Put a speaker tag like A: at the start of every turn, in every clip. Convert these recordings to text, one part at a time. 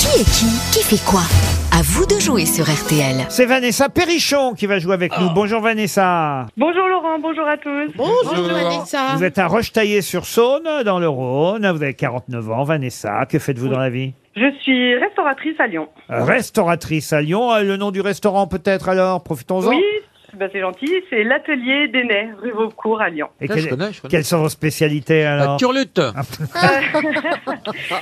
A: Qui est qui Qui fait quoi À vous de jouer sur RTL.
B: C'est Vanessa Perrichon qui va jouer avec nous. Bonjour Vanessa.
C: Bonjour Laurent, bonjour à tous. Bonjour,
D: Vanessa.
B: Vous êtes à Rochetaillé-sur-Saône, dans le Rhône. Vous avez 49 ans. Vanessa, que faites-vous dans la vie
C: Je suis restauratrice à Lyon.
B: Restauratrice à Lyon. Ah, Le nom du restaurant peut-être alors Profitons-en.
C: Oui, bah c'est gentil, c'est l'atelier d'Aînés, rue Vaucourt à Lyon.
B: Et
E: Ah, je connais, je connais.
B: quelles sont vos spécialités alors
E: La turlute.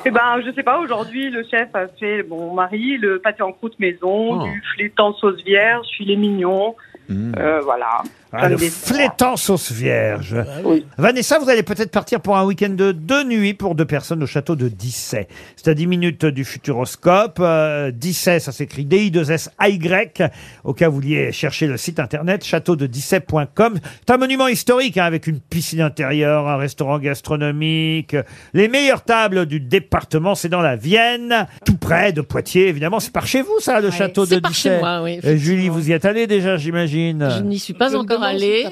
C: Eh ben, je sais pas, aujourd'hui, le chef a fait, bon, mon mari, le pâté en croûte maison,
E: Oh.
C: du flétan sauce vierge, filet mignon, euh, voilà.
B: Ah,
C: Plein
B: Le
C: de desserts.
B: flétan sauce vierge.
C: Oui.
B: Vanessa, vous allez peut-être partir pour un week-end de deux nuits pour deux personnes au château de Dissay. C'est à 10 minutes du Futuroscope. Euh, Dissay, ça s'écrit D-I-2-S-A-Y. Au cas où vous vouliez chercher le site internet châteaudedissay.com. C'est un monument historique hein, avec une piscine intérieure, un restaurant gastronomique. Les meilleures tables du département, c'est dans la Vienne, tout près de Poitiers. Évidemment, c'est par chez vous ça, le
D: Ouais,
B: château de
D: c'est par chez
B: Dissay.
D: moi, oui,
B: Euh, Julie, vous y êtes allée déjà, j'imagine.
D: Je n'y suis pas encore allée.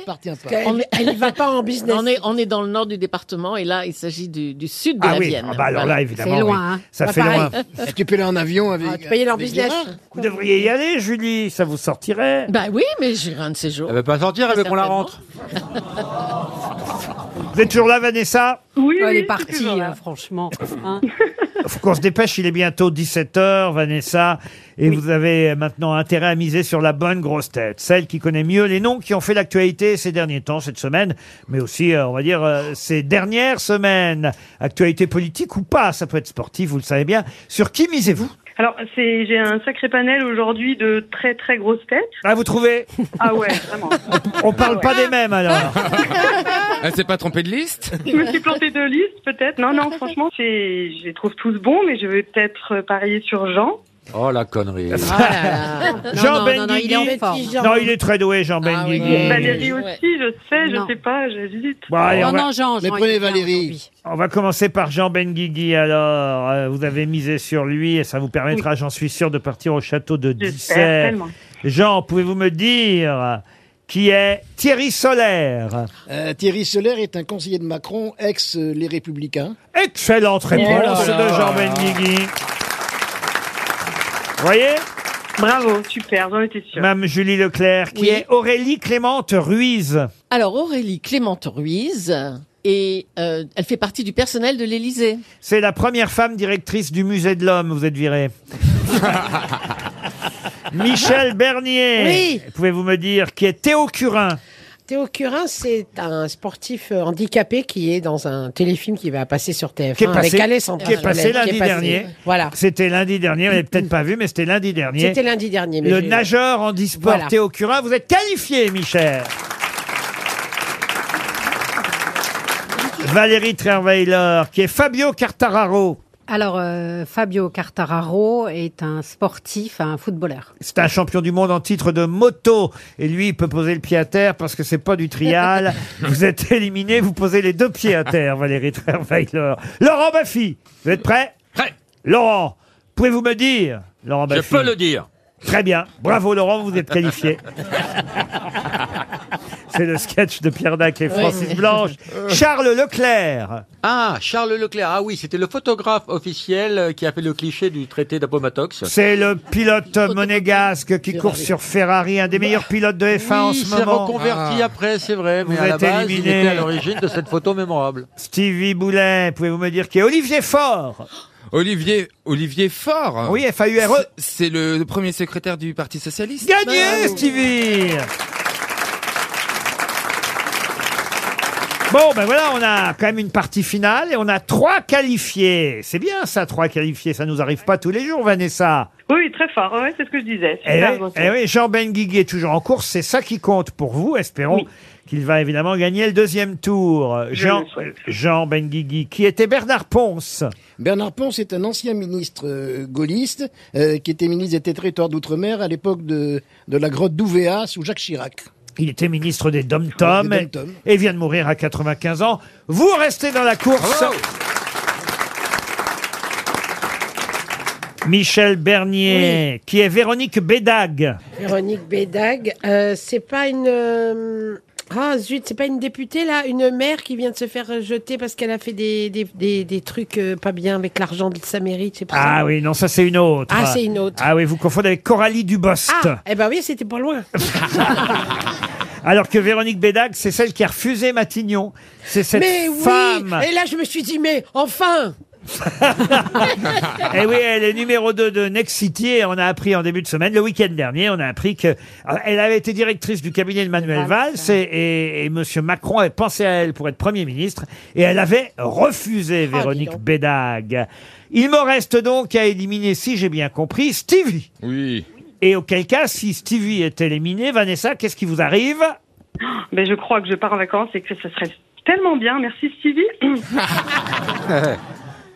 D: On est-
F: Elle ne va pas en business.
D: On est, on est dans le nord du département et là, il s'agit du, du sud de
B: Ah
D: la
B: oui,
D: Vienne.
B: ah bah alors
D: Voilà.
B: là, évidemment.
A: C'est loin,
B: oui.
A: hein.
B: Ça
F: Pas
B: fait
F: pareil.
B: loin.
F: Ah tu peux aller en avion avec. euh,
D: Ah, tu peux y aller en
F: avec
D: business.
F: Gérard.
B: Vous devriez y aller, Julie, ça vous sortirait.
D: Bah oui, mais j'irai un de ces jours.
E: Elle va pas sortir, elle veut qu'on la rentre.
B: Vous êtes toujours là, Vanessa
C: Oui,
G: Elle
C: oui,
G: est
C: c'est
G: partie,
C: toujours là.
G: hein, franchement. hein.
B: Faut qu'on se dépêche, il est bientôt 17h, Vanessa. Et vous avez maintenant intérêt à miser sur la bonne grosse tête, celle qui connaît mieux les noms qui ont fait l'actualité ces derniers temps, cette semaine, mais aussi, euh, on va dire, euh, ces dernières semaines. Actualité politique ou pas, ça peut être sportif, vous le savez bien. Sur qui misez-vous
C: Alors, c'est, j'ai un sacré panel aujourd'hui de très très grosses têtes.
B: Ah, vous trouvez
C: Ah ouais, vraiment.
B: On parle pas des mêmes, alors.
H: Elle s'est pas trompée de liste
C: Je me suis plantée de liste, peut-être. Non, non, franchement, c'est, je les trouve tous bons, mais je vais peut-être parier sur Jean.
E: Oh la connerie.
D: Ah là là. Non,
B: Jean
D: non, non, non, il est en
B: Benguigui.
D: forme.
F: Petit Jean.
B: Non, il est très doué, Jean
D: Ah oui.
B: Benguigui.
D: Et-
C: Valérie aussi,
D: Ouais.
C: je sais, je
G: Non.
C: sais pas, j'hésite.
B: Bon, allez, on
G: Non,
B: va-
G: non, Jean,
F: Mais
G: Jean,
F: prenez
G: il est bien
F: Valérie.
G: aujourd'hui.
B: On va commencer par Jean Benguigui alors. Euh, vous avez misé sur lui et ça vous permettra, j'en suis sûr, de partir au château de
C: J'espère
B: Dissert.
C: tellement.
B: Jean, pouvez-vous me dire qui est Thierry Solaire
F: Euh, Thierry Solaire est un conseiller de Macron, ex euh, Les Républicains.
B: Excellente réponse
F: Voilà.
B: de Jean Benguigui. Vous voyez
C: Bravo, super, j'en étais sûre.
B: Mme Julie Leclerc, qui
D: Oui.
B: est Aurélie Clémente Ruiz.
D: Alors Aurélie Clément Ruiz, et euh, elle fait partie du personnel de l'Élysée.
B: C'est la première femme directrice du musée de l'homme, vous êtes viré. Michel Bernier.
F: Oui.
B: Pouvez-vous me dire qui est Théo Curin
F: Théo Curin, c'est un sportif euh, handicapé qui est dans un téléfilm qui va passer sur TF1
B: Qui est passé-
F: avec Alès Antoine
B: qui est passé
F: Soleil, qui est
B: lundi
F: passé.
B: dernier.
F: Voilà.
B: C'était lundi dernier, vous l'avez peut-être pas vu, mais c'était lundi dernier.
F: C'était lundi dernier. mais
B: Le
F: j'ai-
B: nageur en disport
F: Voilà.
B: Théo Curin, vous êtes qualifié, Michel. Valérie Trierweiler, qui est Fabio Cartararo.
G: Alors, euh, Fabio Cartararo est un sportif, un footballeur.
B: C'est un champion du monde en titre de moto. Et lui, il peut poser le pied à terre parce que c'est pas du trial. vous êtes éliminé, vous posez les deux pieds à terre, Valérie Trierweiler. Laurent Baffy, vous êtes prêt
E: Prêt.
B: Laurent, pouvez-vous me dire Laurent
E: Je
B: Baffy.
E: peux le dire.
B: Très bien. Bravo Laurent, vous êtes qualifié. C'est le sketch de Pierre Dac et Francis Blanche. Charles Leclerc.
E: Ah, Charles Leclerc. Ah oui, c'était le photographe officiel euh, qui a fait le cliché du traité d'Apomatox.
B: C'est le pilote monégasque qui court sur Ferrari, un des meilleurs pilotes de F1 en
E: Bah, Oui,
B: ce
E: il s'est
B: moment.
E: reconverti
H: Ah.
E: après, c'est vrai, mais
B: Vous
E: à la
B: êtes
E: base,
B: éliminé.
E: il était à l'origine de cette photo mémorable.
B: Stevie Boulet, pouvez-vous me dire qui est Olivier Faure
H: Olivier, Olivier Faure
B: Oui, F-A-U-R-E.
H: C'est le premier secrétaire du Parti Socialiste Ah,
B: Gagné, Stevie Bon, ben voilà, on a quand même une partie finale et on a trois qualifiés. C'est bien ça, trois qualifiés. Ça nous arrive pas tous les jours, Vanessa.
C: Oui, oui, très fort, ouais, c'est ce que je disais.
B: Eh
C: Super,
B: oui,
C: bon.
B: eh oui, Jean Benguigui est toujours en course, c'est ça qui compte pour vous. Espérons
C: Oui.
B: qu'il va évidemment gagner le deuxième tour.
C: Je
B: Jean,
C: le souhaite.
B: Jean Benguigui, qui était Bernard Ponce.
F: Bernard Ponce est un ancien ministre euh, gaulliste euh, qui était ministre des territoires d'outre-mer à l'époque de, de la grotte d'Ouvéa sous Jacques Chirac.
B: Il était ministre des Dom-Tom
F: Des
B: et,
F: Dom-Tom.
B: et vient de mourir à 95 ans. Vous restez dans la
H: Oh.
B: course.
E: Bravo.
B: Michel Bernier, qui est Véronique Bédag.
F: Véronique Bédag, euh, c'est pas une. euh,
I: Ah zut, c'est pas une députée là, une mère qui vient de se faire euh, jeter parce qu'elle a fait des, des, des, des trucs euh, pas bien avec l'argent de sa mairie, c'est pour
B: Ah
I: ça.
B: oui, non, ça c'est une autre.
I: Ah, c'est une autre.
B: Ah oui, vous confondez avec Coralie Dubost.
I: Ah, eh ben oui, c'était pas loin.
B: Alors que Véronique Bédag, c'est celle qui a refusé Matignon. C'est cette
I: mais
B: femme.
I: oui Et là, je me suis dit, mais enfin
B: Eh oui, elle est numéro 2 de Next City et on a appris en début de semaine, le week-end dernier, on a appris que alors, elle avait été directrice du cabinet de Manuel Valls et, et, et Monsieur Macron avait pensé à elle pour être Premier ministre et elle avait refusé Véronique
I: donc.
B: Bédag. Il me reste donc à éliminer, si j'ai bien compris, Stevie.
H: Oui.
B: Et auquel cas, si Stevie est éliminé, Vanessa, qu'est-ce qui vous arrive
C: Ben, je crois que je pars en vacances et que ça serait tellement bien. Merci Stevie.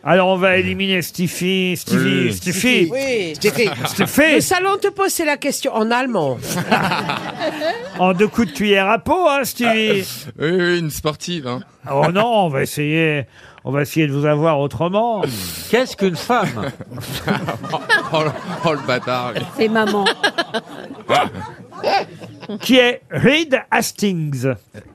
B: Alors on va éliminer Stevie, Stevie,
H: Oui.
B: Stevie,
I: Oui
B: Stevie.
I: Le salon te pose la question en allemand.
B: En deux coups de cuillère à peau, hein, Stevie.
H: Oui, oui, une sportive. Hein.
I: Ah.
B: Oh non, on va essayer, on va essayer de vous avoir autrement.
E: Qu'est-ce qu'une femme
H: Oh, le- oh, le bâtard. lui.
G: C'est maman.
B: Qui est Reed Hastings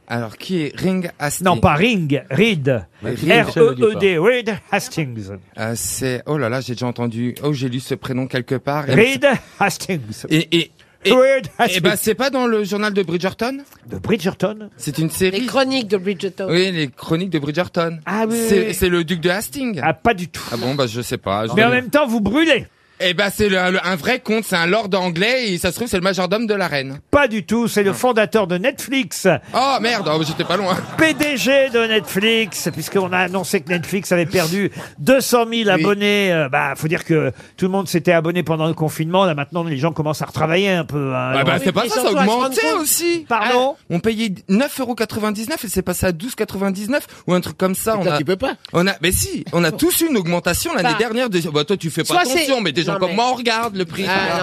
H: Alors, qui est Ring Hastings
B: Non, pas E. Ring, Reed.
E: Mais Reed, ça ne dit
B: R-E-E-D, Reed Hastings.
H: Euh, c'est... Oh là là, j'ai déjà entendu... Oh, j'ai lu ce prénom quelque part. Et-
B: Reed Hastings.
H: Et... et... Et,
B: Reed
H: et ben
B: Hastings.
H: c'est pas dans le journal de Bridgerton
B: De Bridgerton
H: C'est une
I: Les
H: série.
I: chroniques de Bridgerton.
H: Oui, les chroniques de Bridgerton.
B: Ah oui, oui,
H: C'est
B: oui.
H: c'est le duc de Hastings.
B: Ah, pas du tout.
H: Ah bon, bah je sais pas. je-
B: Mais en même temps, vous brûlez.
H: Eh ben c'est le- le- un vrai conte, c'est un lord anglais et ça se trouve c'est le majordome de la reine.
B: Pas du tout, c'est le fondateur de Netflix,
H: Oh merde, oh, j'étais pas loin.
B: PDG de Netflix, puisqu'on a annoncé que Netflix avait perdu 200 000 abonnés. Euh, bah, faut dire que tout le monde s'était abonné pendant le confinement. Là, maintenant, les gens commencent à retravailler un peu. hein.
H: Ah bah
B: Alors,
H: c'est pas
I: mais
H: ça, ça a
I: surtout à se rendre
H: augmenté
I: compte-
H: aussi.
B: Pardon
H: Ah, On payait 9,99€ et c'est passé à 12,99€ ou un truc comme
B: Ah,
H: ça. On
F: Putain,
H: a,
F: tu peux pas.
H: on a, mais si, on a tous eu une augmentation l'année
I: Bah.
H: dernière. De, bah toi tu fais pas
I: Soit c'est-
H: attention, mais des gens
I: Non,
H: comme
I: mais-
H: moi on regarde le prix.
I: Ah,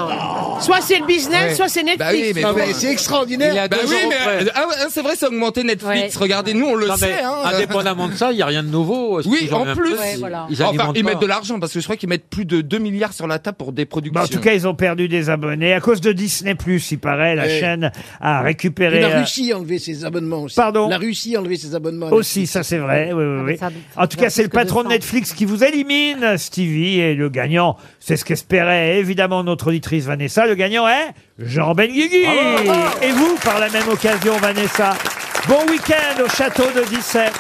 I: non. Soit c'est le business,
H: Ouais.
I: soit c'est Netflix.
H: Bah oui, mais
F: Ah,
H: bon,
F: mais
H: hein.
F: c'est extraordinaire.
E: Il a
H: Bah
E: deux
H: oui,
E: euros
H: mais
E: près.
H: ah ouais, c'est vrai, c'est augmenté Netflix. Regardez, nous on le
E: Non, mais
H: sait. Hein.
E: Indépendamment de ça, il n'y a rien de nouveau. c'est
H: Oui,
E: toujours
H: en
E: la même
H: plus.
E: chose.
G: Ouais, voilà.
E: Ils
H: Enfin,
E: alimentent
H: ils
E: pas.
H: mettent de l'argent parce que je crois qu'ils mettent plus de 2 milliards sur la table pour des productions.
B: Bah, en tout cas, ils ont perdu des abonnés à cause de Disney+. Il paraît, la
F: Oui.
B: chaîne a récupéré.
F: Et la
B: euh,
F: Russie a enlevé ses abonnements aussi.
B: Pardon
F: La Russie a enlevé ses abonnements. à
B: euh, Aussi, ça c'est vrai. oui, oui,
G: Ah,
B: oui.
G: mais ça-
B: en tout cas,
G: ça fait
B: c'est le
G: plus que
B: patron de
G: 200.
B: Netflix qui vous élimine, Stevie, et le gagnant, c'est ce qu'espérait évidemment notre auditrice Vanessa. Le gagnant est Jean Benguigui. Et vous, par la même occasion, Vanessa. Bon week-end au château de Disset.